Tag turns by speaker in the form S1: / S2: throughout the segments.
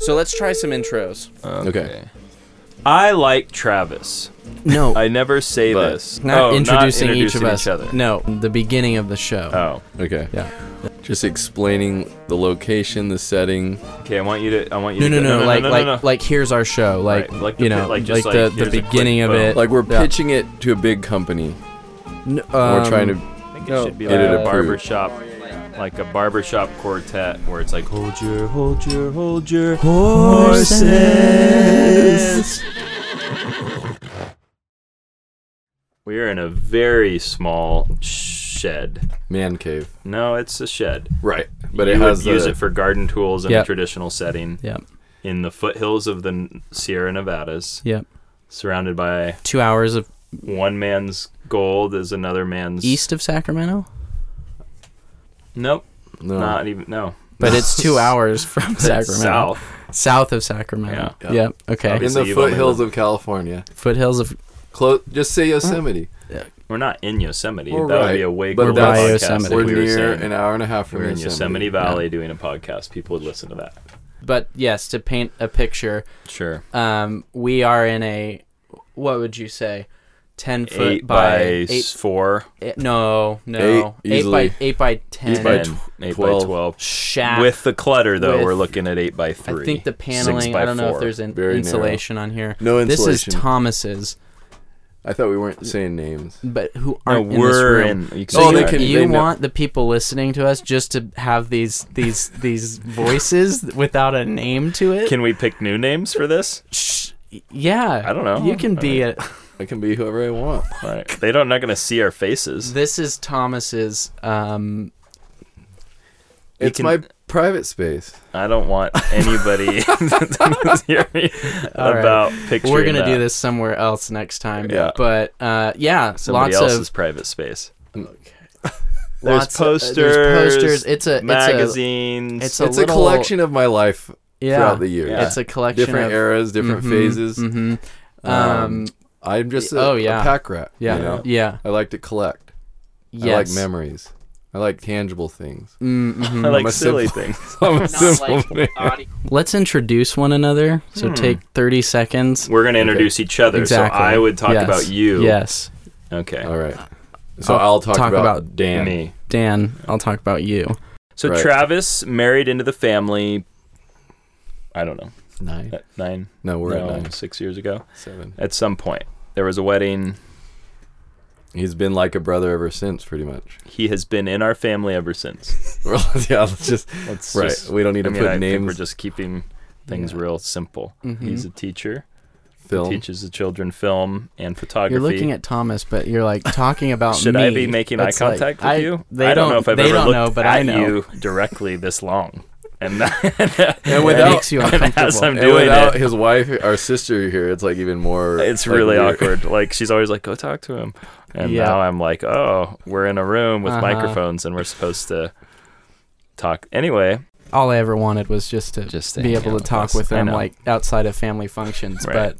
S1: So let's try some intros.
S2: Okay.
S3: I like Travis.
S4: No,
S3: I never say
S2: But-
S3: this.
S4: not,
S3: Oh,
S4: introducing each of
S3: introducing
S4: us.
S3: other.
S4: No, the beginning of the show.
S3: Oh,
S2: Okay.
S4: Yeah.
S2: Just explaining the location, the setting.
S3: okay. I want you to. I want you.
S4: No,
S3: to
S4: no,
S3: go-
S4: no, like,
S3: no,
S4: like,
S3: no, no.
S4: like, here's our show, like,
S3: Right, like the
S4: you
S3: pi-
S4: know,
S3: like,
S4: like,
S3: just
S4: the,
S3: like,
S4: the
S3: here's a quick
S4: beginning of
S3: boom.
S4: it.
S2: Like we're
S4: Yeah.
S2: pitching it to a big company.
S4: N-
S2: we're
S4: um,
S2: trying to.
S3: I think it
S4: no.
S3: should be like
S2: Edit
S3: a
S2: approved.
S3: barbershop, like a barbershop quartet, where it's like hold your, hold your, hold your horses. We are in a very small shed.
S2: Man cave.
S3: No, it's a shed.
S2: Right. But
S3: you
S2: it
S3: would
S2: has the.
S3: use it for garden tools in
S4: Yep.
S3: a traditional setting.
S4: Yep.
S3: In the foothills of the N- Sierra Nevadas,
S4: Yep.
S3: surrounded by
S4: Two hours of
S3: one man's gold is another man's
S4: east of Sacramento,
S3: Nope,
S2: no.
S3: not even no.
S4: but it's two hours from Sacramento,
S3: It's South.
S4: South of Sacramento.
S2: Yeah.
S4: Yep. Okay.
S2: in
S3: So
S2: the
S3: you've only
S2: foothills of California.
S4: Foothills of
S2: Close. Just say Yosemite.
S3: We're not in Yosemite.
S2: We're
S3: that would be
S2: right,
S3: a way
S2: but
S3: cooler
S2: that's-
S3: podcast.
S4: We're by
S3: if
S4: Yosemite.
S2: We're
S3: we were
S2: near
S3: saying
S2: an hour and a half from
S3: we're in
S2: Yosemite.
S3: Yosemite Valley doing a podcast. People would listen to that.
S4: but yes, to paint a picture,
S3: Sure.
S4: um, we are in a what would you say, ten foot
S3: Eight
S4: by,
S3: by, s-
S4: eight,
S3: four.
S4: eight- no no
S2: Eight,
S4: by
S2: easily.
S4: eight by ten
S2: Eight by
S3: and
S2: tw-
S3: eight
S2: twelve.
S3: by twelve.
S4: shaft
S3: With the clutter though,
S4: With-
S3: we're looking at eight by three.
S4: I think the
S3: six
S4: paneling.
S3: by
S4: I don't know if
S3: four.
S4: there's an
S2: Very narrow.
S4: insulation on here.
S2: No
S4: This
S2: insulation.
S4: is Thomas's,
S2: I thought we weren't saying names.
S4: but who
S3: No,
S4: aren't in this
S3: we're
S4: room.
S3: in. You can
S4: So
S2: Oh,
S3: see
S4: you,
S2: they
S3: that.
S2: can-
S4: you
S2: they know-
S4: want the people listening to us just to have these these these voices without a name to it?
S3: Can we pick new names for this?
S4: Shh. Yeah,
S3: I don't know.
S4: You can
S3: I
S4: be a.
S2: I can be whoever I want.
S3: All right. They don't not gonna see our faces.
S4: This is Thomas's. Um,
S3: You
S2: It's
S3: can-
S2: my private space.
S3: I don't want anybody to hear me
S4: All right.
S3: about pictures.
S4: we're gonna do this somewhere else next time.
S3: Yeah.
S4: but uh, yeah,
S3: Somebody
S4: lots
S3: else's
S4: of
S3: private space.
S4: lots
S3: There's
S4: of- uh,
S3: posters.
S4: there's posters. It's a
S3: magazines.
S4: It's a,
S2: It's
S4: little-
S2: a collection of my life
S4: yeah,
S2: throughout the years.
S3: Yeah.
S4: It's a collection
S2: Different
S4: of
S2: eras, different phases.
S4: hmm Um,
S2: Um, I'm just a,
S4: Oh, yeah.
S2: a pack rat.
S4: yeah,
S2: You know?
S4: yeah,
S2: I like to collect. I like
S4: yes. Mm-hmm.
S2: memories. I like tangible things.
S3: I like
S2: I'm a
S3: silly
S2: simple-
S3: things.
S2: I'm a simple man.
S4: Let's introduce one another. So
S3: Hmm.
S4: take thirty seconds.
S3: We're gonna introduce each other.
S4: Exactly.
S3: So I would talk
S4: Yes. Oh,
S3: about you.
S4: Yes,
S3: Okay.
S2: All right. So I'll, talk,
S4: talk
S2: about,
S4: about
S2: Dan.
S3: Me.
S4: Dan. I'll talk about you.
S3: So
S2: Right.
S3: Travis married into the family. I don't know.
S2: Nine.
S3: at Nine.
S2: No, we're
S3: Uh, no,
S2: at nine.
S3: Six years ago.
S2: Seven.
S3: At some point, there was a wedding.
S2: He's been like a brother ever since, pretty much.
S3: He has been in our family ever since.
S2: Well, yeah, let's just.
S3: Let's
S2: Right.
S3: just-
S2: we don't need
S3: I
S2: to
S3: mean,
S2: put
S3: I think
S2: names.
S3: we're just keeping things
S2: Yeah.
S3: real simple. He's a teacher.
S2: film.
S3: Teaches the children film and photography.
S4: You're looking at Thomas, but you're like talking about
S3: Should
S4: me.
S3: I be making
S4: That's
S3: eye
S4: like-
S3: contact
S4: I-
S3: with you?
S4: They
S3: I don't, know if I've
S4: they
S3: ever
S4: don't
S3: looked
S4: know, but
S3: at
S4: I know.
S3: you directly this long. And,
S2: And
S4: It
S2: without-
S4: makes you
S3: as
S4: uncomfortable.
S3: I'm
S2: And
S3: doing
S2: without
S3: it,
S2: his wife, our sister here, it's like even more.
S3: it's
S2: like,
S3: really
S2: weird.
S3: awkward. Like she's always like, "Go talk to him," and
S4: Yeah.
S3: now I'm like, "Oh, we're in a room with
S4: Uh-huh.
S3: microphones and we're supposed to talk." Anyway,
S4: All I ever wanted was just to
S3: Just to
S4: be
S3: hang
S4: able
S3: out
S4: to
S3: with
S4: talk
S3: us.
S4: with
S3: I
S4: them,
S3: know.
S4: like outside of family functions.
S3: Right.
S4: But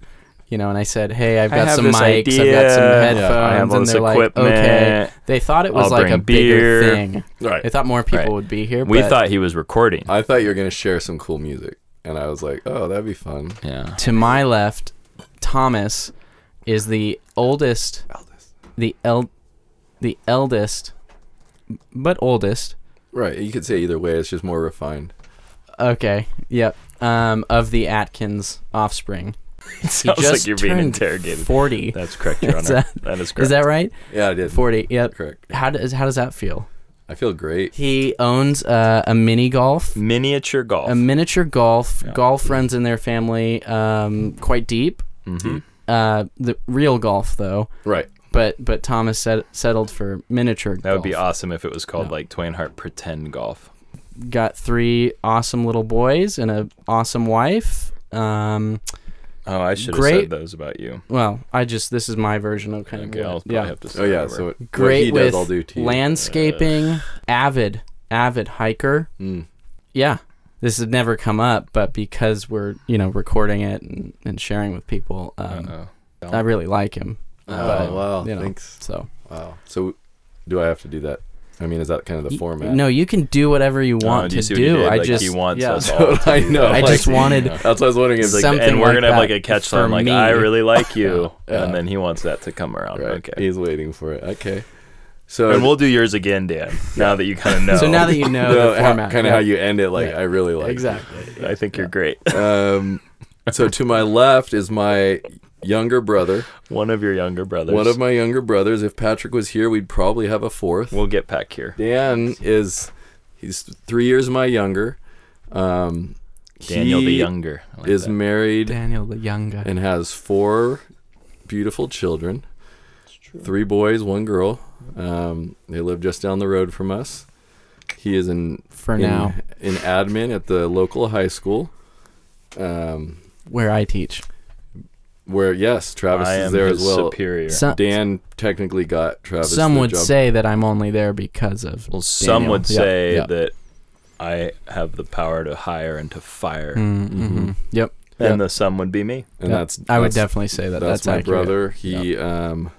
S4: you know, and I said, "Hey, I've
S3: I
S4: got
S3: have
S4: some
S3: this
S4: mics, I've got some
S3: idea.
S4: headphones,"
S2: Yeah,
S3: I have all
S4: and
S3: this
S4: they're
S3: equipment.
S4: like, "Okay." They thought it was
S3: I'll
S4: like a
S3: bring
S4: bigger
S3: beer.
S4: thing.
S2: Right.
S4: They thought more people
S3: Right.
S4: would be here.
S3: we
S4: but
S3: thought he was recording.
S4: Uh,
S2: I thought you were going to share some cool music. And I was like, oh, that'd be fun.
S3: yeah,
S4: to my left, Thomas is the oldest, the el, the eldest, but oldest.
S2: Right. You could say either way. It's just more refined.
S4: Okay, yep. Um, of the Atkins offspring. He
S3: sounds like you're being
S4: turned
S3: interrogated.
S4: Forty.
S3: That's correct, Your
S4: Is
S3: Honor.
S4: that-
S3: that is correct.
S4: Is that right?
S2: Yeah, I did.
S4: Forty. Yep.
S2: Correct.
S4: How does how does that feel?
S2: I feel great.
S4: He owns uh, a mini golf,
S3: miniature golf?
S4: a miniature golf.
S3: Yeah.
S4: Golf runs in their family um, quite deep.
S3: Mhm.
S4: Uh, the real golf though.
S2: Right.
S4: but but Thomas set, settled for miniature.
S3: That would be
S4: golf.
S3: awesome if it was called
S4: No.
S3: like Twain Hart Pretend Golf.
S4: Got three awesome little boys and a awesome wife. Um,
S3: Oh, I should have
S4: Great.
S3: said those about you.
S4: well, I just this is my version of kind
S3: Okay,
S4: of
S3: I'll
S4: what-
S3: probably
S4: yeah.
S3: have to.
S2: Oh,
S3: start
S2: yeah.
S3: over.
S2: So what,
S4: Great
S2: what he
S4: with
S2: does, I'll do to you.
S4: landscaping, avid avid hiker.
S2: Mm.
S4: Yeah, this has never come up, but because we're you know recording it and, and sharing with people, um,
S3: Uh-oh.
S4: I really like him.
S2: Oh,
S4: But,
S2: wow.
S4: you know.
S2: Thanks.
S4: So
S2: Wow. So do I have to do that? I mean, is that kind of the
S4: Y-
S2: format?
S4: No, you can do whatever you
S3: Oh,
S4: want
S3: do you
S4: to
S3: see what he
S4: do.
S3: did?
S4: I
S3: Like,
S4: just
S3: he wants
S4: yeah.
S3: us all. To
S2: I
S3: do
S2: know.
S3: that.
S4: I
S2: like-
S4: just wanted
S2: That's what I was wondering. Is like,
S4: Some-
S3: and
S4: something
S3: we're
S4: like
S3: gonna have
S4: that
S3: like a catch
S4: for
S3: song like
S4: me.
S3: I really like you,
S2: Yeah.
S3: and then he wants that to come around.
S2: right,
S3: Okay,
S2: he's waiting for it. Okay. So
S3: and we'll do yours again, Dan. Now that you kind of know.
S4: So now that you know the format,
S2: kind
S4: yeah.
S2: of how you end it. Like
S4: Yeah.
S2: I really like.
S4: exactly.
S3: I think you're great.
S2: Um, so to my left is my younger brother.
S3: One of your younger brothers.
S2: One of my younger brothers. If Patrick was here, we'd probably have a fourth.
S3: We'll get back here.
S2: Dan is he's three years my younger. Um,
S3: Daniel the
S2: he
S3: younger I like
S2: is
S3: that.
S2: married
S4: Daniel, the young guy.
S2: and has four beautiful children. Three boys, one girl. Um, they live just down the road from us. He is in
S4: for
S2: in,
S4: now,
S2: in admin at the local high school. Um,
S4: where I teach.
S2: where yes, Travis
S3: I
S2: is
S3: am
S2: there
S3: his
S2: as well.
S3: superior.
S4: Some,
S2: Dan technically got Travis.
S4: some
S2: the
S4: would
S2: job.
S4: say that I'm only there because of.
S3: well, some
S4: Daniel.
S3: would
S4: Yeah,
S3: say
S4: yeah.
S3: that I have the power to hire and to fire,
S4: Mm, hmm Yep.
S3: and
S4: yeah.
S3: the some would be me.
S2: Mm-hmm. and
S4: Yep.
S2: that's
S4: I would
S2: that's-
S4: definitely say that.
S2: that's,
S4: That's,
S2: my
S4: accurate.
S2: brother. He um,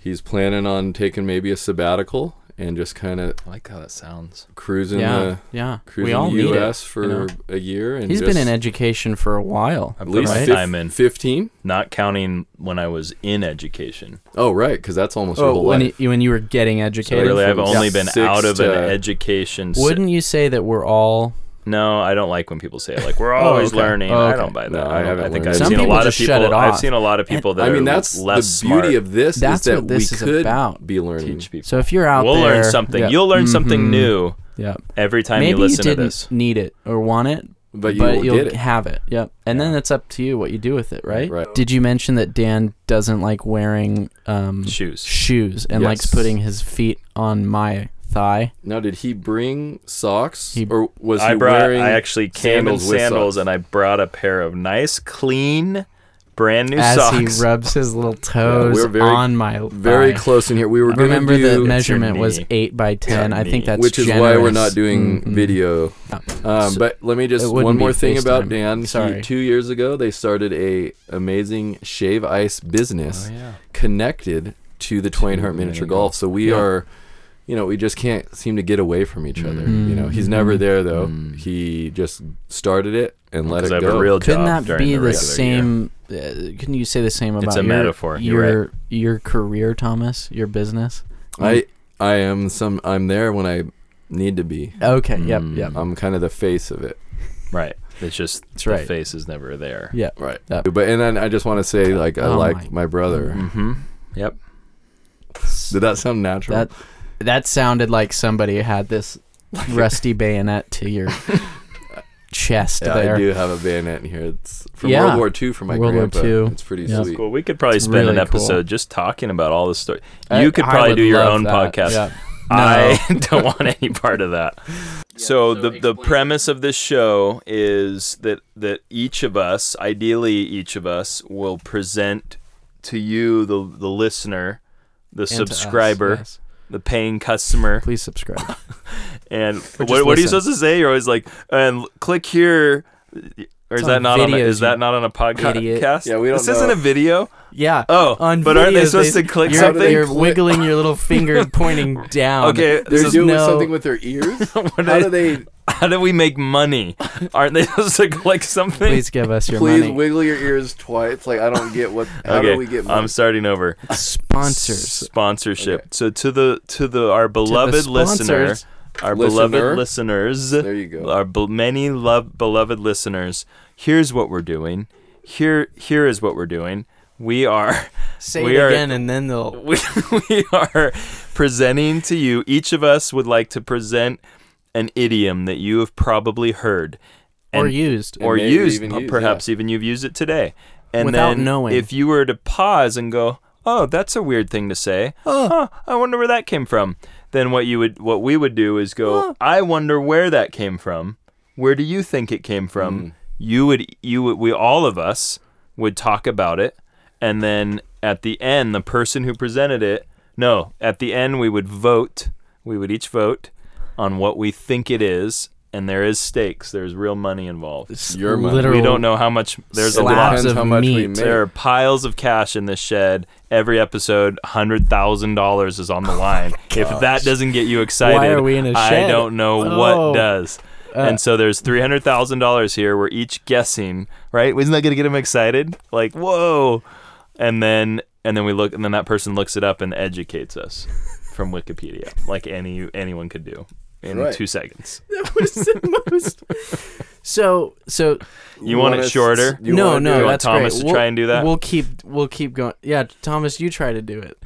S2: he's planning on taking maybe a sabbatical and just kind of
S3: I like how that sounds.
S2: cruising
S4: Yeah,
S2: the
S4: yeah. We all
S2: cruising the
S4: need it.
S2: U.S. for
S4: know?
S2: a year. And
S4: He's been in
S2: just
S4: education for a while.
S3: I
S2: at
S3: put
S2: least
S3: my
S4: right?
S2: fif-
S3: time in,
S2: fifteen.
S3: not counting when I was in education.
S2: Oh right, because that's almost your
S4: Oh,
S2: whole
S4: when
S2: life.
S4: you, when you were getting educated.
S3: really, I've
S2: from
S3: only
S2: yeah,
S3: been
S2: six
S3: out of an
S2: to-
S3: education. si-
S4: Wouldn't you say that we're all?
S3: No, I don't like when people say it. Like we're always
S4: okay.
S3: learning.
S4: Oh,
S3: I don't
S4: okay.
S3: buy that.
S2: No, I
S3: don't-
S2: haven't
S3: I think
S2: learned
S3: I've
S2: that.
S3: seen
S4: Some
S3: a lot
S4: people
S3: of
S4: just shut
S3: people.
S4: it
S3: I've
S4: off.
S3: seen a lot of people that
S2: I mean,
S3: are
S2: that's
S3: less
S2: the beauty
S3: smart.
S2: of this
S4: That's
S2: is that
S4: what this
S2: we
S4: is
S2: could
S4: about.
S2: be learning.
S3: teach people.
S4: So if you're out
S3: we'll
S4: there,
S3: learn something.
S4: yeah,
S3: You'll learn
S2: Mm-hmm.
S3: something
S4: mhm,
S3: new
S4: Yeah.
S3: every time
S4: Maybe
S3: you listen
S4: didn't
S3: to this.
S4: need it or want it,
S2: but you
S4: but
S2: will
S4: you'll
S2: get it.
S4: have it. Yep. And then
S3: Yeah.
S4: it's up to you what you do with it, right?
S2: Right.
S4: Did you mention that Dan doesn't like wearing um,
S3: Shoes.
S4: shoes and likes
S2: Yes.
S4: putting his feet on my thigh?
S2: Now, did he bring socks,
S4: He-
S2: or was
S3: I
S2: he
S3: brought.
S2: wearing?
S3: I actually came
S2: sandals
S3: in
S2: with
S3: sandals,
S2: socks?
S3: and I brought a pair of nice, clean, brand new
S4: As
S3: socks.
S4: he rubs his little toes
S2: we're very-
S4: on my
S2: very
S4: thigh.
S2: close in here. We were going to
S4: Remember
S2: do
S4: the measurement was
S3: knee.
S4: eight by ten. I think
S3: knee.
S4: that's
S2: which is why we're
S4: generous.
S2: not doing
S4: Mhm.
S2: video. Um,
S4: So-
S2: but let me
S4: It
S2: just
S4: wouldn't
S2: one
S4: be
S2: more thing about
S4: FaceTime.
S2: Dan. He-
S4: Sorry.
S2: two years ago, they started a amazing shave ice
S3: Oh,
S2: business connected to the Twain Hart
S3: the
S2: Miniature
S3: miniature
S2: Golf. So we
S4: Yeah.
S2: are, you know, we just can't seem to get away from each other. You know, he's
S4: Mm.
S2: never there though.
S3: Mm.
S2: He just started it and let
S3: Because I
S2: it
S3: have a
S2: go.
S3: real
S4: Couldn't
S3: job
S4: that
S3: during
S4: be
S3: the
S4: the,
S3: regular year.
S4: same? Uh, couldn't you say the same about
S3: It's a
S4: your,
S3: metaphor. You're
S4: Your
S3: right.
S4: your career, Thomas. Your business.
S2: I I am some. I'm there when I need to be.
S4: Okay. Yep.
S3: Mm.
S4: Yep.
S2: I'm kind of the face of it.
S3: Right. It's just
S4: That's
S3: the
S4: right.
S3: face is never there.
S4: Yeah.
S2: Right.
S4: Yep.
S2: But and then I just want to say like I
S4: Oh
S2: like my, brother.
S3: Mm-hmm. Yep.
S2: Did that sound natural?
S4: That that sounded like somebody had this rusty bayonet to your chest
S2: yeah,
S4: there.
S2: I do have a bayonet in here. It's from
S4: Yeah.
S2: World War II from my
S4: World War
S2: grandpa.
S4: II.
S2: It's pretty
S4: Yeah.
S2: sweet.
S3: Well, we could probably
S4: It's
S3: spend an
S4: really
S3: episode
S4: cool.
S3: just talking about all the story.
S4: I-
S3: you could
S4: I
S3: probably
S4: would
S3: do your
S4: love
S3: own
S4: that.
S3: podcast.
S4: Yeah.
S3: I don't want any part of that. so, the the premise of this show is that that each of us, ideally each of us, will present to you the the listener, the
S4: And to us,
S3: subscriber,
S4: yes.
S3: the paying customer,
S4: Please subscribe.
S3: and
S4: Or just
S3: what, what are you
S4: listen.
S3: supposed to say? You're always like, and click here. Or is
S4: It's
S3: that
S4: on
S3: not on? A,
S4: videos,
S3: is
S4: you
S3: that not on a
S4: idiot.
S3: podcast?
S2: Yeah, we don't
S3: This isn't
S2: know.
S3: a video.
S4: Yeah.
S3: Oh,
S4: On
S3: but aren't they
S4: videos,
S3: supposed to click
S4: you're,
S3: something?
S4: You're
S2: Click.
S4: wiggling your little finger pointing down.
S3: Okay,
S2: They're
S3: there's
S2: doing
S4: no-
S2: something with their ears.
S3: What
S2: How
S3: are
S2: do they?
S3: How do we make money? Aren't they supposed to click something?
S4: Please give us your
S2: Please
S4: money.
S2: wiggle your ears twice. Like I don't get what. How
S3: okay,
S2: do we get?
S3: I'm starting over.
S4: Sponsors.
S3: Sponsorship.
S2: Okay.
S3: So to the to the our beloved listener,
S4: sponsors.
S3: our
S2: Listener.
S3: beloved listeners,
S2: There you go.
S3: our bel many love beloved listeners. Here's what we're doing. Here here is what we're doing. We are
S4: Say
S3: we
S4: it
S3: are
S4: again, and then they'll.
S3: we, we are presenting to you each of us would like to present an idiom that you have probably heard
S4: Or
S3: and-
S4: used.
S3: or
S2: maybe
S3: used
S2: even
S3: p-
S2: used,
S3: perhaps even you've used it today and
S4: Without
S3: then
S4: knowing.
S3: if you were to pause and go oh that's a weird thing to say oh i wonder where that came from then what you would what we would do is go i wonder where that came from where do you think it came
S4: Hmm.
S3: from you would you would, we all of us would talk about it and then at the end the person who presented it no at the end we would vote we would each vote on what we think it is and there is stakes. There's real money involved.
S4: It's
S2: Your money.
S4: literal
S3: We don't know how much. There's a lot.
S4: slabs
S2: Depends
S4: of
S2: how much we
S4: meat.
S2: make.
S3: There are piles of cash in this shed. Every episode, hundred thousand dollars is on the line. if that doesn't get you excited,
S4: Oh Why are we in a
S3: I
S4: shed?
S3: don't know
S4: Oh. Uh,
S3: what does. and so there's three hundred thousand dollars here. We're each guessing, right? Isn't that gonna get them excited? Like, whoa! And then and then we look, and then that person looks it up and educates us from Wikipedia, like any anyone could do in
S2: Right.
S3: two seconds.
S4: That was the most. So so
S3: You want it
S2: us-
S3: shorter?
S2: you
S4: no
S2: wanna
S4: no
S2: do it?
S3: want
S4: that's
S3: Thomas
S4: great.
S3: to try and do that?
S4: We'll keep we'll keep going. Yeah, Thomas, you try to do it.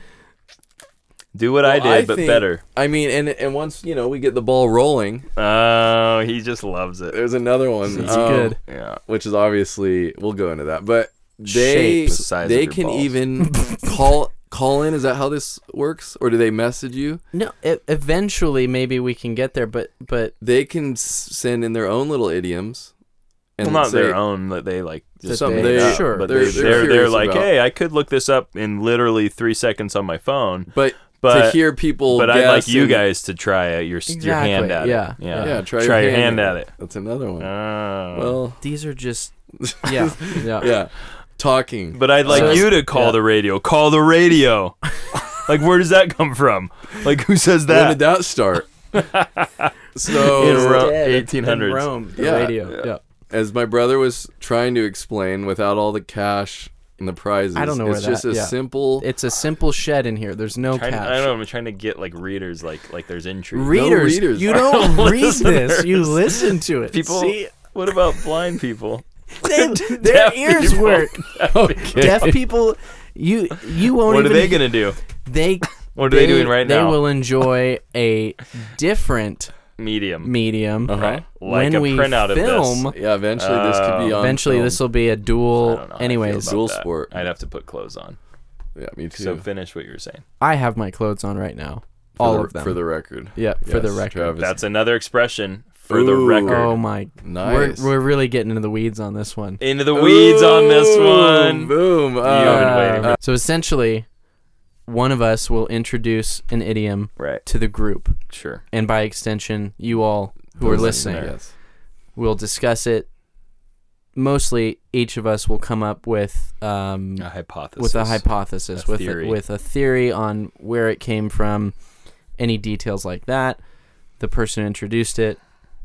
S3: Do what I did,
S2: Well,
S3: but
S2: think-
S3: better.
S2: I mean, and and once you know we get the ball rolling,
S3: Oh, he just loves it.
S2: there's another one. um,
S4: It's good.
S3: Yeah.
S2: which is obviously we'll go into that, but they
S4: Shapes.
S3: Size of
S2: they
S3: your
S2: can
S3: balls.
S2: even call call in. Is that how this works, or do they message you?
S4: No, e- eventually maybe we can get there, but but
S2: They can s- send in their own little idioms,
S3: Well,
S2: and
S3: not
S2: say-
S3: their own that they like. Just
S2: Something
S3: made
S2: they-
S3: up,
S4: sure,
S3: but
S2: they're-
S3: they're
S2: they're
S3: they're, they're,
S2: curious
S3: like,
S2: about.
S3: hey, I could look this up in literally three seconds on my phone,
S2: But,
S3: but
S2: to hear people,
S3: but I'd like
S2: guess
S3: you
S2: and-
S3: guys to try it, your your hand
S4: Exactly,
S3: at
S4: yeah,
S3: it. Yeah,
S2: yeah, try,
S3: your hand, at it.
S2: That's another one.
S3: Oh.
S2: well,
S4: these are just yeah yeah.
S2: yeah, talking.
S3: but I'd like
S4: So-
S3: you to call
S4: yeah.
S3: the radio. Call the radio. like, where does that come from? Like, who says
S2: when did
S3: that?
S2: that start? so
S3: In Ro-
S4: Dead in
S3: 1800s.
S4: Rome, the
S2: Yeah.
S4: radio. Yeah.
S2: as my brother was trying to explain without all the cash and the prizes.
S4: I don't know
S2: It's
S4: where
S2: just
S4: that-
S2: a
S4: yeah.
S2: simple.
S4: It's a simple shed in here. There's no
S3: Trying-
S4: cash.
S3: I don't know. I'm trying to get like readers, like like there's intrigue.
S4: Readers,
S2: readers.
S4: you don't
S3: No
S4: read this. You
S3: listeners.
S4: listen to it.
S3: people.
S4: See,
S3: What about blind people?
S4: they, their
S3: Deaf
S4: ears
S3: people.
S4: work.
S2: okay.
S4: Deaf people, you you won't
S3: What are
S4: even.
S3: they gonna do?
S4: they
S3: What are they, doing right
S4: They
S3: now?
S4: will enjoy a different
S3: Medium.
S4: medium.
S2: Uh-huh.
S3: Like
S4: when
S3: a
S4: we
S3: printout of this.
S4: film,
S2: Yeah, eventually this could be
S3: Oh.
S4: Uh,
S2: on.
S4: eventually
S2: film.
S4: this will be a
S3: I
S4: dual.
S3: don't know how I feel
S4: Anyways,
S3: about
S2: Dual
S3: that.
S2: sport.
S3: I'd have to put clothes on.
S2: Yeah, me too.
S3: So finish what you were saying.
S4: I have my clothes on right now.
S2: For
S4: All
S2: the-
S4: of them.
S2: for the record.
S4: yeah, for the
S2: Yes,
S4: record.
S2: Travis.
S3: That's another expression for the
S2: Ooh.
S3: record.
S4: Oh my!
S2: Nice.
S4: We're we're really getting into the weeds on this one.
S3: Into the weeds on this
S2: Boom,
S3: one.
S2: Boom.
S3: been
S2: Uh,
S3: waiting.
S4: so essentially, one of us will introduce an idiom
S3: Right.
S4: to the group,
S3: Sure.
S4: and by extension, you all who are listening.
S2: Yes.
S4: We'll discuss it. Mostly, each of us will come up with um,
S3: A hypothesis.
S4: with a hypothesis,
S3: a
S4: with
S3: theory.
S4: a, with a theory on where it came from, any details like that. The person who introduced it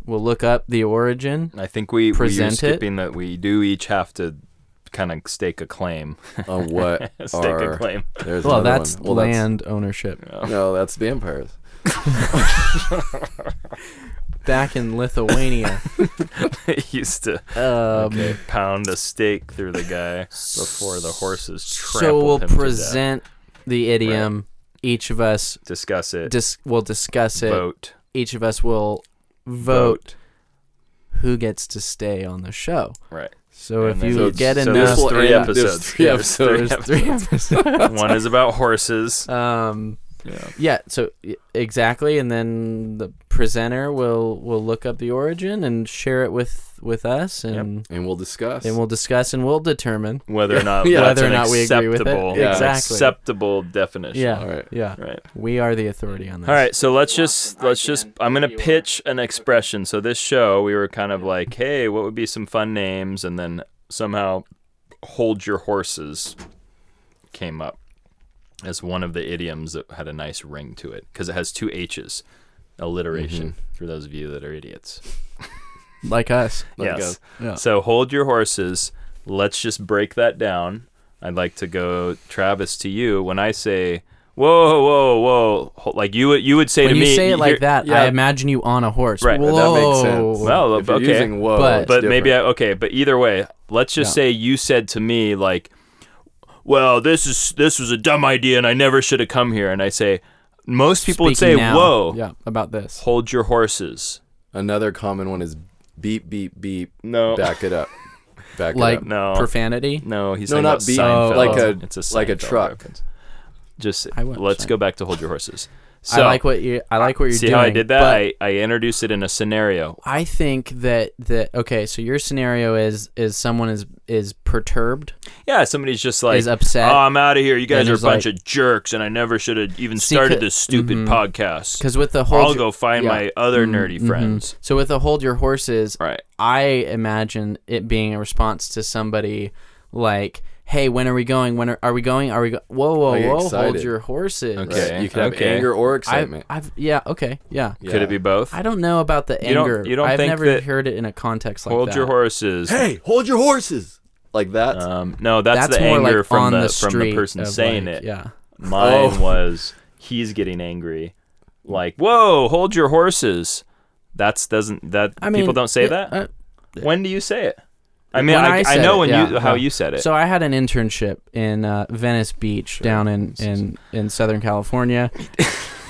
S4: will look up the origin.
S3: I think we
S4: Present
S3: we
S4: it.
S3: are skipping that we do each have to kind of stake a claim.
S2: On what?
S3: stake
S2: are,
S3: a claim.
S2: There's
S4: Well,
S2: another
S4: that's
S2: one. Well, that's-
S4: land ownership.
S2: No, that's vampires.
S4: Back in Lithuania,
S3: They used to
S4: um,
S3: pound a stake through the guy before the horses trampled
S4: so we'll
S3: him to death.
S4: present the idiom. Each of us
S3: discuss it,
S4: dis- will discuss it.
S3: vote,
S4: Each of us will vote, who gets to stay on the show.
S3: Right.
S4: So
S3: And
S4: if
S3: then-
S4: you
S2: So
S4: get
S2: it's- so
S4: enough,
S2: this will
S3: There's three
S2: end- there's
S3: episodes.
S2: three
S3: There's three
S2: episodes.
S4: there's three episodes.
S3: One is about horses.
S4: um,
S3: Yeah.
S4: Yeah, so y- exactly, and then the presenter will will look up the origin and share it with with us, and
S2: And we'll discuss.
S4: then we'll discuss and we'll determine.
S3: Whether or not
S2: Yeah.
S3: that's
S4: Whether or
S3: an
S4: not we agree with it.
S3: acceptable-
S2: Yeah.
S4: Exactly.
S3: acceptable definition.
S4: Yeah,
S2: All right.
S4: yeah,
S3: Right.
S4: we are the authority on this.
S3: All right, so let's just
S4: I
S3: let's just
S4: can.
S3: I'm going
S4: You
S3: to
S4: are.
S3: pitch an expression. So this show we were kind of like, "Hey, what would be some fun names?" and then somehow hold your horses came up as one of the idioms that had a nice ring to it cuz it has two h's alliteration
S4: Mm-hmm.
S3: for those of you that are idiots.
S4: like us.
S2: Like
S3: yes.
S2: us.
S4: Yeah.
S3: So hold your horses. Let's just break that down. I'd like to go, Travis, to you. When I say whoa, whoa, whoa, ho- like you would you would say
S4: When
S3: to
S4: you
S3: me,
S4: say it like
S3: you're-
S4: that,
S2: yeah.
S4: I imagine you on a horse.
S3: Right,
S4: Whoa.
S3: but
S2: That makes sense.
S3: Well,
S2: if you're
S3: okay.
S2: using whoa,
S4: But-
S2: it's
S3: But maybe
S2: different.
S3: I okay. But either way, let's just
S4: Yeah.
S3: say you said to me like, "Well, this is this was a dumb idea, and I never should have come here." And I say, most people would say,
S4: Speaking now,
S3: "Whoa,
S4: yeah, about this."
S3: hold your horses."
S2: Another common one is beep, beep, beep.
S3: No,
S2: Back it up. Back
S4: Like
S2: it up.
S3: No.
S4: profanity.
S3: no, he's
S2: No,
S3: saying
S2: not
S3: about
S2: beat,
S3: Seinfeld.
S2: like a-
S3: it's a
S2: like a
S3: Seinfeld
S2: truck.
S3: reference. Just
S4: I watched
S3: let's go
S4: Seinfeld.
S3: back to hold your horses. So
S4: I like what you. I like what you're
S3: see
S4: doing.
S3: how I did that?
S4: but
S3: I, I introduced it in a scenario.
S4: I think that that okay. So your scenario is is someone is is perturbed.
S3: Yeah, somebody's just like
S4: Is upset.
S3: Oh, I'm out of here. You guys
S4: And
S3: are a
S4: is
S3: bunch
S4: like-
S3: of jerks, and I never should have even
S4: See,
S3: started
S4: c-
S3: this stupid
S4: mhm.
S3: podcast.
S4: Because with the whole,
S3: I'll go find
S4: yeah. Mm-hmm.
S3: my other nerdy friends.
S4: So with the hold your horses,
S3: Right.
S4: I imagine it being a response to somebody like, "Hey, when are we going? When are, are we going? Are we go- whoa, whoa,
S2: Like,
S4: whoa?
S2: excited.
S4: Hold your horses."
S2: Okay.
S3: Right.
S2: You can have
S3: Okay.
S2: anger or
S4: I,
S2: excitement.
S4: I've yeah okay yeah.
S3: Could
S2: Yeah.
S3: it be both?
S4: I don't know about the
S3: You don't-
S4: anger.
S3: you don't
S4: I've
S3: think
S4: never
S3: that-
S4: heard it in a context like
S3: Hold
S4: that.
S3: your horses.
S2: hey, hold your horses. Like that.
S3: Um, no, that's,
S4: That's
S3: the
S4: more
S3: anger
S4: like
S3: from
S4: on
S3: the,
S4: the
S3: from the
S4: street
S3: person
S4: of,
S3: saying
S4: like,
S3: it.
S4: Yeah.
S3: Mine
S2: Oh.
S3: was he's getting angry, like "Whoa, hold your horses." That's doesn't that
S4: I mean,
S3: people don't say
S4: yeah,
S3: that.
S4: uh,
S3: when do you say it? I mean,
S4: when
S3: I,
S4: I
S3: I,
S4: said
S3: know
S4: it,
S3: when you
S4: yeah,
S3: how
S4: yeah.
S3: you said it.
S4: So I had an internship in uh, Venice Beach down in, in, in Southern California,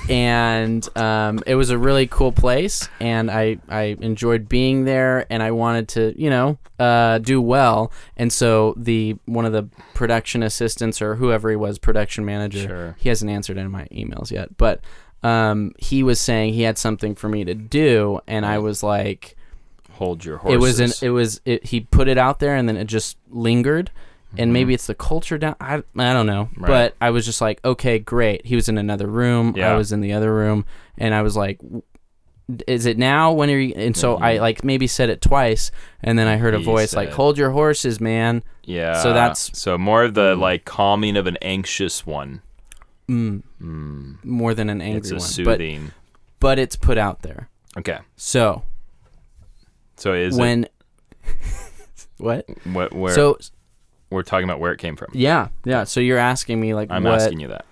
S4: and um, it was a really cool place, and I, I enjoyed being there, and I wanted to you know uh, do well, and so the one of the production assistants or whoever he was, production manager,
S3: Sure.
S4: he hasn't answered any of my emails yet, but um, he was saying he had something for me to do, and
S3: Mm.
S4: I was like
S3: hold your horses.
S4: it was an, it was it, he put it out there and then it just lingered and maybe it's the culture down i, I don't know
S3: Mm-hmm. Right.
S4: but i was just like okay great he was in another room
S3: Yeah.
S4: i was in the other room and i was like w- is it now when are you and so i like maybe said it twice and then i heard a
S3: Mm-hmm. He
S4: voice like
S3: said-
S4: hold your horses man
S3: yeah.
S4: so that's- Mm.
S3: so more of the like calming of an anxious one.
S4: Mm,
S3: Mm,
S4: more than an angry
S3: It's a
S4: one
S3: soothing.
S4: but but it's put out there
S3: okay.
S4: so
S3: So is it
S4: when what
S3: what, where
S4: so
S3: we're talking about where it came from?
S4: yeah yeah so you're asking me like
S3: I'm
S4: what
S3: asking you that.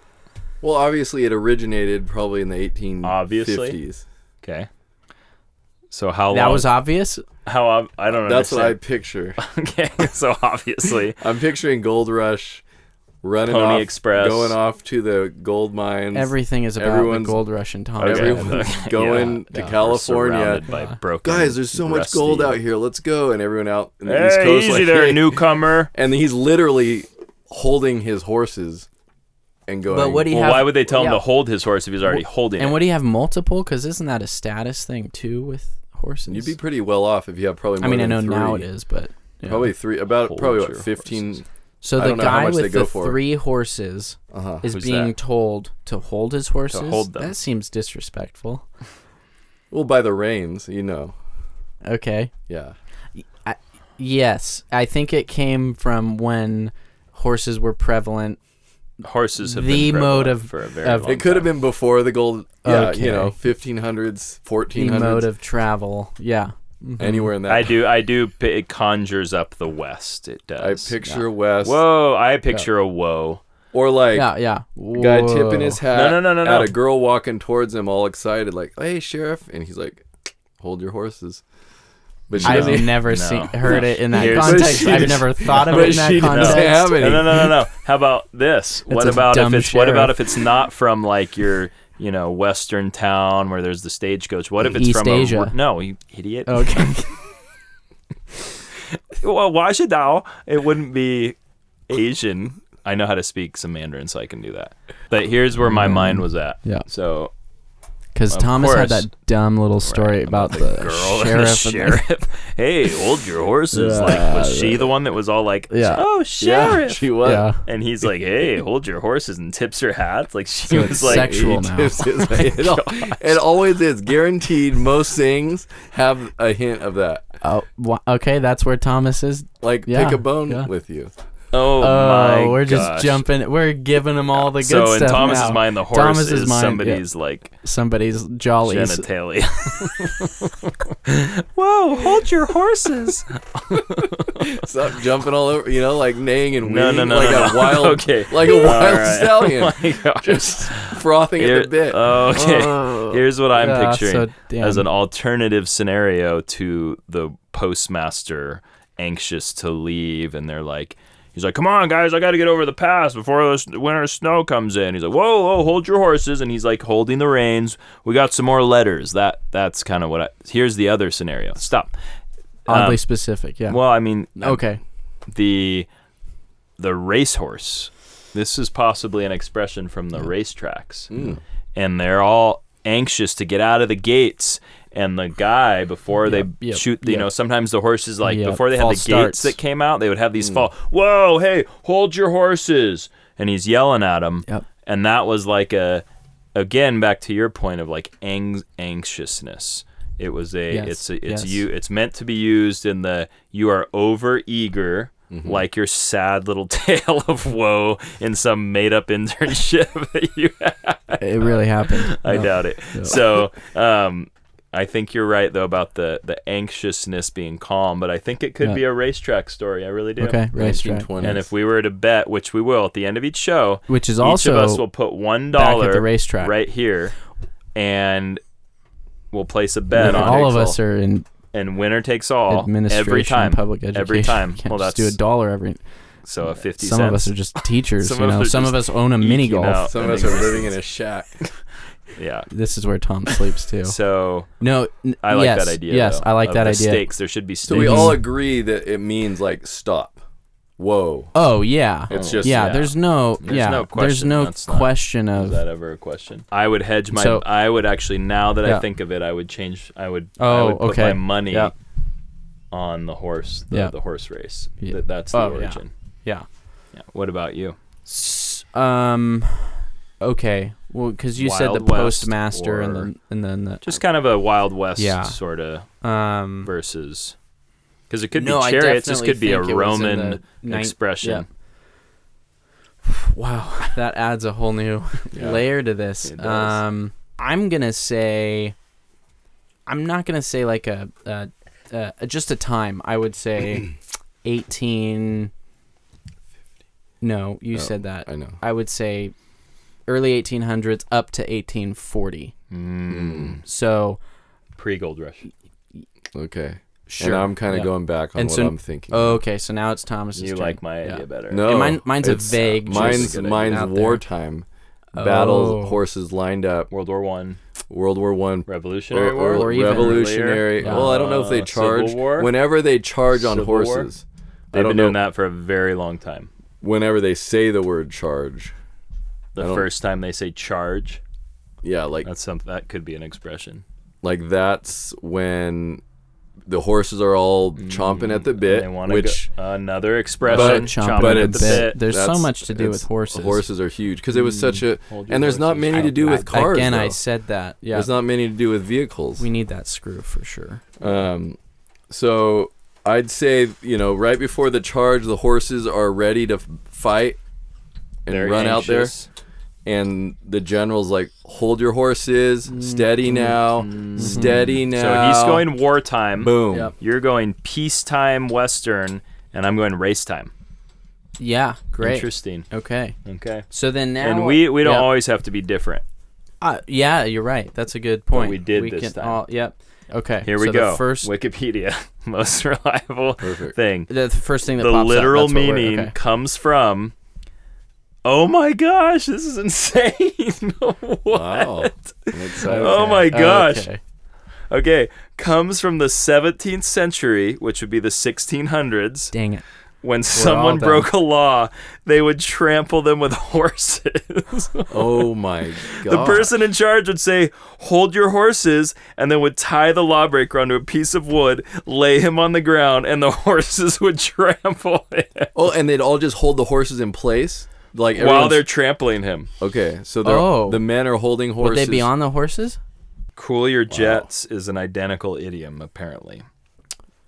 S2: well, obviously, it originated probably in the 1850s.
S3: Obviously. Okay. So how
S4: that
S3: long,
S4: was obvious
S3: how ob- I don't know.
S2: That's what I picture.
S3: Okay, so obviously,
S2: I'm picturing Gold Rush running
S3: Pony
S2: off,
S3: Express.
S2: going off to the gold mines.
S4: Everything is about
S2: Everyone's-
S4: the gold rush in Tom.
S3: Okay.
S2: Everyone's going to California.
S3: surrounded by broken.
S2: Guys, there's so much
S3: rusty-
S2: gold out here. Let's go. And everyone out in the
S3: Hey,
S2: East Coast.
S3: easy
S2: like,
S3: there,
S2: "Hey."
S3: newcomer.
S2: And he's literally holding his horses and going.
S4: But what do you
S3: Well,
S4: have?
S3: why would they tell him
S4: yeah.
S3: to hold his horse if he's already holding
S4: and
S3: it?
S4: what do you have multiple? Because isn't that a status thing too with horses?
S2: You'd be pretty well off if you have probably. More
S4: I mean, I
S2: than
S4: know
S2: three.
S4: now it is, but yeah.
S2: Probably three, about
S3: Hold
S2: probably
S3: your
S2: what, 15.
S4: So the
S2: I don't know how
S4: guy
S2: much they
S4: with
S2: go
S4: the
S2: for.
S4: three horses
S2: Uh-huh.
S4: is
S3: Who's
S4: being
S3: that?
S4: told to hold his horses.
S3: hold them.
S4: That seems disrespectful.
S2: Well, by the reins, you know.
S4: Okay.
S2: Yeah.
S4: Yes, I think it came from when horses were prevalent.
S3: Horses have
S4: The
S3: been
S4: mode
S3: prevalent
S4: of-
S3: for a very
S4: of-
S3: long
S2: It could have
S3: time.
S2: been before the gold. Yeah,
S4: Okay.
S2: you know, 1500s,
S4: The
S2: 1400s,
S4: mode of travel. Yeah.
S2: anywhere in that.
S3: I do. I do. pi- It conjures up the West. It
S2: I
S3: does.
S2: picture West
S3: Whoa! I picture a whoa.
S2: or like
S4: Yeah. Yeah.
S2: guy
S4: Whoa.
S2: tipping his hat.
S3: No, no, no, no,
S2: At
S3: no.
S2: a girl walking towards him, all excited, like, "Hey, sheriff!" And he's like, "Hold your horses." But she
S4: I've
S2: doesn't.
S4: never seen heard it in that
S3: Here's-
S4: context.
S2: But she-
S4: I've never thought of
S2: but
S4: it in
S2: she
S4: that
S2: doesn't
S4: context.
S2: have it.
S3: No, no, no, no, no. How about this? what
S4: a
S3: about if
S4: dumb
S3: it's what about if
S4: sheriff.
S3: it's not from like your you know Western town where there's the stagecoach? What if it's
S4: East
S3: from a-
S4: Asia. Oh,
S3: no, you idiot.
S4: Okay.
S3: Well, why should thou? It wouldn't be Asian. I know how to speak some Mandarin, so I can do that. But here's where my mind was at.
S4: Yeah.
S3: So
S4: Because
S3: Of
S4: Thomas had
S3: course.
S4: that dumb little story about, the
S3: girl and
S4: sheriff. and
S3: the
S4: the-
S3: sheriff. hey, hold your horses. like, was she the one that was all like,
S4: Yeah.
S3: "Oh,
S2: Yeah,
S3: sheriff"?
S2: she was.
S4: yeah.
S3: and he's like, "Hey, hold your horses," and tips her hat. Like she was
S4: it's
S3: like,
S4: sexual. Actual now.
S2: It's- it's- it, al- it always is guaranteed. Most things have a hint of that.
S4: Oh, wha- okay. That's where Thomas is.
S2: Like
S4: Yeah,
S2: pick a bone
S4: yeah.
S2: with you.
S3: "Oh,
S4: Oh,
S3: my
S4: we're just
S3: gosh.
S4: jumping. We're giving him all the good
S3: So in
S4: stuff
S3: Thomas's
S4: now.
S3: mind, the horse
S4: Thomas's
S3: is
S4: mind, yeah.
S3: somebody's like
S4: Somebody's jollies.
S3: genitalia. Whoa! Hold your horses.
S2: Stop jumping all over. You know, like neighing and
S3: No,
S2: weeing
S3: no, no,
S2: like
S3: no,
S2: a
S3: no.
S2: wild,
S3: Okay.
S2: like a wild
S3: Alright.
S2: stallion,
S3: my gosh.
S2: just frothing at
S3: Here-
S2: the bit.
S3: Okay.
S4: Oh.
S3: Here's what I'm
S4: Yeah,
S3: picturing
S4: so damn.
S3: as an alternative scenario to the postmaster anxious to leave, and they're like, he's like, "Come on, guys, I got to get over the pass before the winter snow comes in." He's like, "Whoa, whoa, hold your horses!" And he's like holding the reins. We got some more letters. That that's kind of what. I, here's the other scenario. Stop.
S4: Oddly
S3: um,
S4: specific. Yeah.
S3: Well, I mean,
S4: okay.
S3: the
S4: Hmm.
S3: the racehorse. This is possibly an expression from the racetracks. and they're all anxious to get out of the gates. And the guy before they
S4: yep,
S3: shoot, you
S4: yep.
S3: know, sometimes the horses like
S4: Yep.
S3: before they had
S4: False
S3: the
S4: starts. Hmm.
S3: gates that came out, they would have these fall. Whoa, hey, hold your horses! And he's yelling at them.
S4: Yep.
S3: And that was like a, again, back to your point of like ang- anxiousness. It was a,
S4: Yes,
S3: it's a, it's
S4: yes.
S3: you, it's meant to be used in the you are over eager. Like your sad little tale of woe in some made up internship that you
S4: It really happened.
S3: I
S4: No.
S3: doubt it. So, um, I think you're right though about the the anxiousness being calm, but I think it could
S4: Yeah.
S3: be a racetrack story. I really do.
S4: Okay, racetrack.
S2: 1920s.
S3: And if we were to bet, which we will at the end of each show,
S4: Which is
S3: each of
S4: also
S3: us will put one
S4: back at the
S3: dollar
S4: racetrack.
S3: right here, and we'll place a
S4: Yeah,
S3: bet on
S4: all
S3: it.
S4: of us are in
S3: and winner takes all
S4: administration,
S3: every time.
S4: public education.
S3: Every time.
S4: Can't
S3: Well,
S4: just do
S3: that's-
S4: a dollar every.
S3: so a fifty
S4: Some
S3: cents.
S4: of us are just teachers.
S3: Some
S4: you
S3: of
S4: know,
S3: us are
S4: some of us own a mini
S3: eking
S4: golf.
S3: out
S2: Some
S3: an
S2: of us are
S3: existence.
S2: living in a shack.
S3: yeah.
S4: This is where Tom sleeps too.
S3: So
S4: No, n-
S3: I like
S4: yes,
S3: that idea.
S4: Yes,
S3: though,
S4: I like
S3: of
S4: that
S3: the
S4: idea.
S3: Stakes. There should be stakes.
S2: So we all agree that it means like stop. Whoa.
S4: Oh yeah,
S2: It's just
S4: yeah,
S3: yeah.
S4: There's no,
S3: There's
S4: yeah,
S3: no
S4: there's
S3: question.
S4: no
S3: That's not-
S4: question
S3: Is
S4: of.
S3: that ever a question? I would hedge my.
S4: So-
S3: I would actually now that
S4: Yeah.
S3: I think of it, I would change. I would. I
S4: Oh,
S3: would put
S4: okay.
S3: my money
S4: Yeah.
S3: on the horse. The,
S4: Yeah.
S3: the horse race.
S4: Yeah.
S3: That, that's the
S4: Oh, yeah.
S3: origin.
S4: yeah.
S3: Yeah. What about you?
S4: S- um. Okay. Well, because you said the
S3: Wild West
S4: postmaster and
S3: or-
S4: then and then
S3: Just kind of a wild west
S4: Uh, Yeah.
S3: sort of
S4: the um.
S3: versus. Because it could
S4: No, I
S3: be chariots. This
S4: definitely
S3: could be a
S4: think it was in
S3: Roman
S4: the nine-
S3: expression.
S4: Wow, that adds a whole new
S2: Yeah.
S4: layer to this.
S3: It does.
S4: Um, I'm gonna say, I'm not gonna say like a, a, a just a time. I would say 18. No, you
S2: Oh,
S4: said that.
S2: I know.
S4: I would say early 1800s up to 1840.
S2: Hmm.
S3: Mm.
S4: So
S3: Pre-gold rush.
S2: Okay.
S4: sure.
S2: And I'm kind of
S4: Yeah.
S2: going back on
S4: And
S2: what
S4: so-
S2: I'm thinking.
S4: Okay, so now it's Thomas's.
S3: You
S4: turn.
S3: like my idea
S4: Yeah.
S3: better?
S2: no,
S4: and mine- mine's a
S2: it's-
S4: vague choice.
S2: Mine's
S3: Good idea.
S2: mine's
S4: Out there.
S2: wartime. Battles,
S4: Oh.
S2: horses lined up.
S3: World War One,
S2: World War One.
S3: Revolutionary
S2: or-
S3: War,
S2: or
S4: Or even
S2: revolutionary.
S4: earlier.
S2: Well, I don't know if they
S3: Uh,
S2: charge.
S3: Civil War?
S2: Whenever they charge on
S3: Civil War?
S2: horses, I
S3: They've
S2: don't
S3: been
S2: know.
S3: doing that for a very long time.
S2: Whenever they say the word charge,
S3: The
S2: I don't-
S3: first time they say charge,
S2: yeah, like
S3: that's some that could be an expression.
S2: like that's when the horses are all chomping at the bit,
S3: Mm, they want to
S2: which.
S3: go, another expression.
S2: But-
S4: chomping
S2: but
S4: at the
S2: it's-
S4: bit. There's so
S2: that's-
S4: much to do with
S2: it's-
S4: horses.
S2: Horses are huge because it was such a,
S3: Mm. Hold your
S2: and there's not
S3: horses.
S2: many to do with
S4: I-
S2: cars.
S4: Again, I
S2: though.
S4: said that. Yeah,
S2: There's not many to do with vehicles.
S4: we need that screw for sure.
S2: Um, so I'd say you know right before the charge, the horses are ready to f- fight and
S3: They're
S2: run out
S3: anxious.
S2: there, and the general's like, "Hold your horses, steady now, steady
S3: Mm-hmm. So
S2: now."
S3: he's going wartime.
S2: boom.
S4: Yep.
S3: You're going peacetime western, and I'm going race time.
S4: Yeah, great.
S3: Interesting.
S4: Okay,
S3: Okay.
S4: so then now
S3: And we we don't
S4: yeah.
S3: always have to be different.
S4: Uh, yeah, you're right. That's a good point.
S3: we did this time.
S4: yep. Okay.
S3: Here we
S4: so
S3: go.
S4: The first,
S3: Wikipedia, most reliable
S2: Perfect.
S3: thing.
S4: the, the first thing that
S3: the
S4: pops up,
S3: literal
S4: that's what we're-
S3: meaning
S4: okay.
S3: comes from oh my gosh this is insane what
S2: Wow. I'm excited.
S3: oh my gosh
S4: Okay.
S3: okay. comes from the 17th century which would be the 1600s
S4: Dang it.
S3: when someone
S4: all done.
S3: broke a law they would trample them with horses
S2: Oh my god.
S3: The person in charge would say, Hold your horses, and then would tie the lawbreaker onto a piece of wood, lay him on the ground, and the horses would trample him
S2: Oh, and they'd all just hold the horses in place, like
S3: while
S2: everyone's-
S3: they're trampling him.
S2: okay. So they're
S4: Oh.
S2: the men are holding
S4: Would
S2: horses.
S4: they be on the horses?
S3: Cool your jets is an identical idiom, apparently.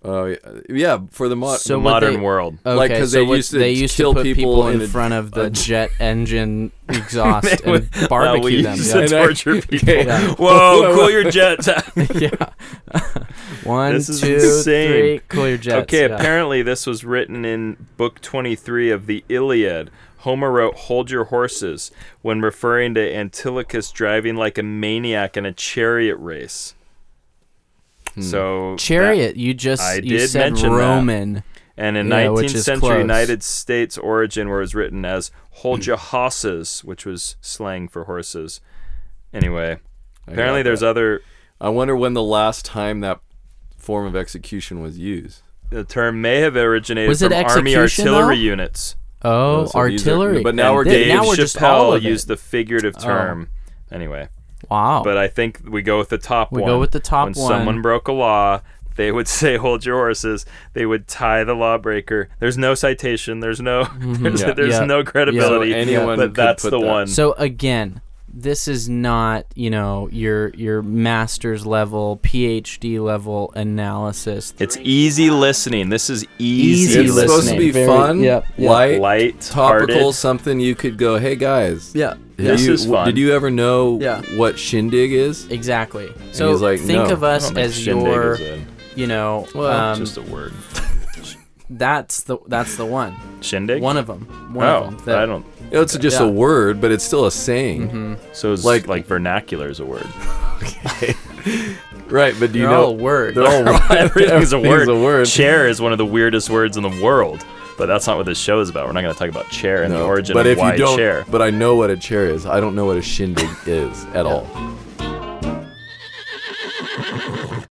S2: Oh yeah, for the mod.
S4: So
S3: The
S4: would
S3: modern
S4: they- Oh,
S3: world.
S4: Okay,
S2: Like, 'cause
S4: so
S2: they
S4: would-
S2: used to
S4: they used
S2: kill
S4: to put
S2: people
S4: people
S2: in
S4: in,
S2: a-
S4: front of the jet engine exhaust and
S3: Well,
S4: barbecue
S3: we
S4: them.
S3: used
S4: Yeah.
S3: to
S2: And I-
S3: torture people.
S2: Okay.
S4: Yeah.
S3: Whoa, cool your jets.
S4: One,
S3: This is
S4: two,
S3: insane.
S4: three, Cool your jets.
S3: okay,
S4: yeah.
S3: apparently this was written in Book 23 of the Iliad. Homer wrote, Hold your horses, when referring to Antilochus driving like a maniac in a chariot race. So. that-
S4: Hmm. Chariot. you just
S3: I
S4: you
S3: did
S4: said
S3: mention that.
S4: Roman.
S3: and in
S4: Yeah,
S3: 19th
S4: which is
S3: century
S4: close. Mm.
S3: United States origin where it was written as hold your hosses, which was slang for horses. Anyway, apparently
S2: got
S3: there's other
S2: I wonder when the last time that form of execution was used.
S3: the term may have originated
S4: Was it
S3: from army
S4: execution,
S3: artillery
S4: though?
S3: units.
S4: Oh,
S2: So these are-
S4: artillery.
S2: but now
S3: And
S2: we're
S4: Th-
S3: Dave
S2: getting.
S4: now we're just all
S3: Chappelle
S4: of it. Oh.
S3: used the figurative term. Anyway,
S4: Wow.
S2: um,
S3: But I think we go with the top
S4: We
S3: one.
S4: go with the top
S3: when
S4: one.
S3: someone broke a law, they would say, "Hold your horses." They would tie the lawbreaker. There's no citation. There's no. There's,
S2: Yeah.
S3: there's
S4: Mm-hmm. Yeah.
S3: no credibility.
S2: So anyone
S3: but
S2: could
S3: that's
S2: put
S3: the
S2: that.
S3: one.
S4: So again, this is not you know your your master's level, PhD level analysis.
S3: it's easy listening. This is
S4: Easy
S3: easy,
S2: It's supposed to
S4: listening.
S2: be
S4: Very-
S2: fun,
S4: yep, yep.
S2: light,
S3: light,
S2: topical,
S3: hearted.
S2: something you could go, hey guys.
S4: Yeah.
S2: did
S3: This
S2: you-
S3: is fun.
S2: Did you ever know
S4: Yeah.
S2: what shindig is?
S4: Exactly. So
S2: he's like,
S4: think
S2: "No,
S4: of
S3: I
S4: us
S3: don't think
S4: as
S3: shindig
S4: your,
S3: is in.
S4: you know,
S2: Well,
S4: um,
S3: just a word.
S4: that's the that's the one,
S3: Shindig.
S4: one of them, One
S3: oh,
S4: of them. that-
S3: I don't.
S2: It's just
S4: Yeah. Mm-hmm.
S2: a word, but it's still a saying.
S3: So it's
S2: Like-
S3: like, like vernacular is a word.
S2: Right, but do you
S4: They're
S2: know
S4: all words.
S2: They're all words.
S3: Everything's a word.
S2: a word.
S3: Chair is one of the weirdest words in the world, but that's not what this show is about. We're not going to talk about chair and the
S2: No.
S3: origin
S2: but
S3: of
S2: if
S3: why
S2: you don't,
S3: chair.
S2: But I know what a chair is. I don't know what a shindig is at all.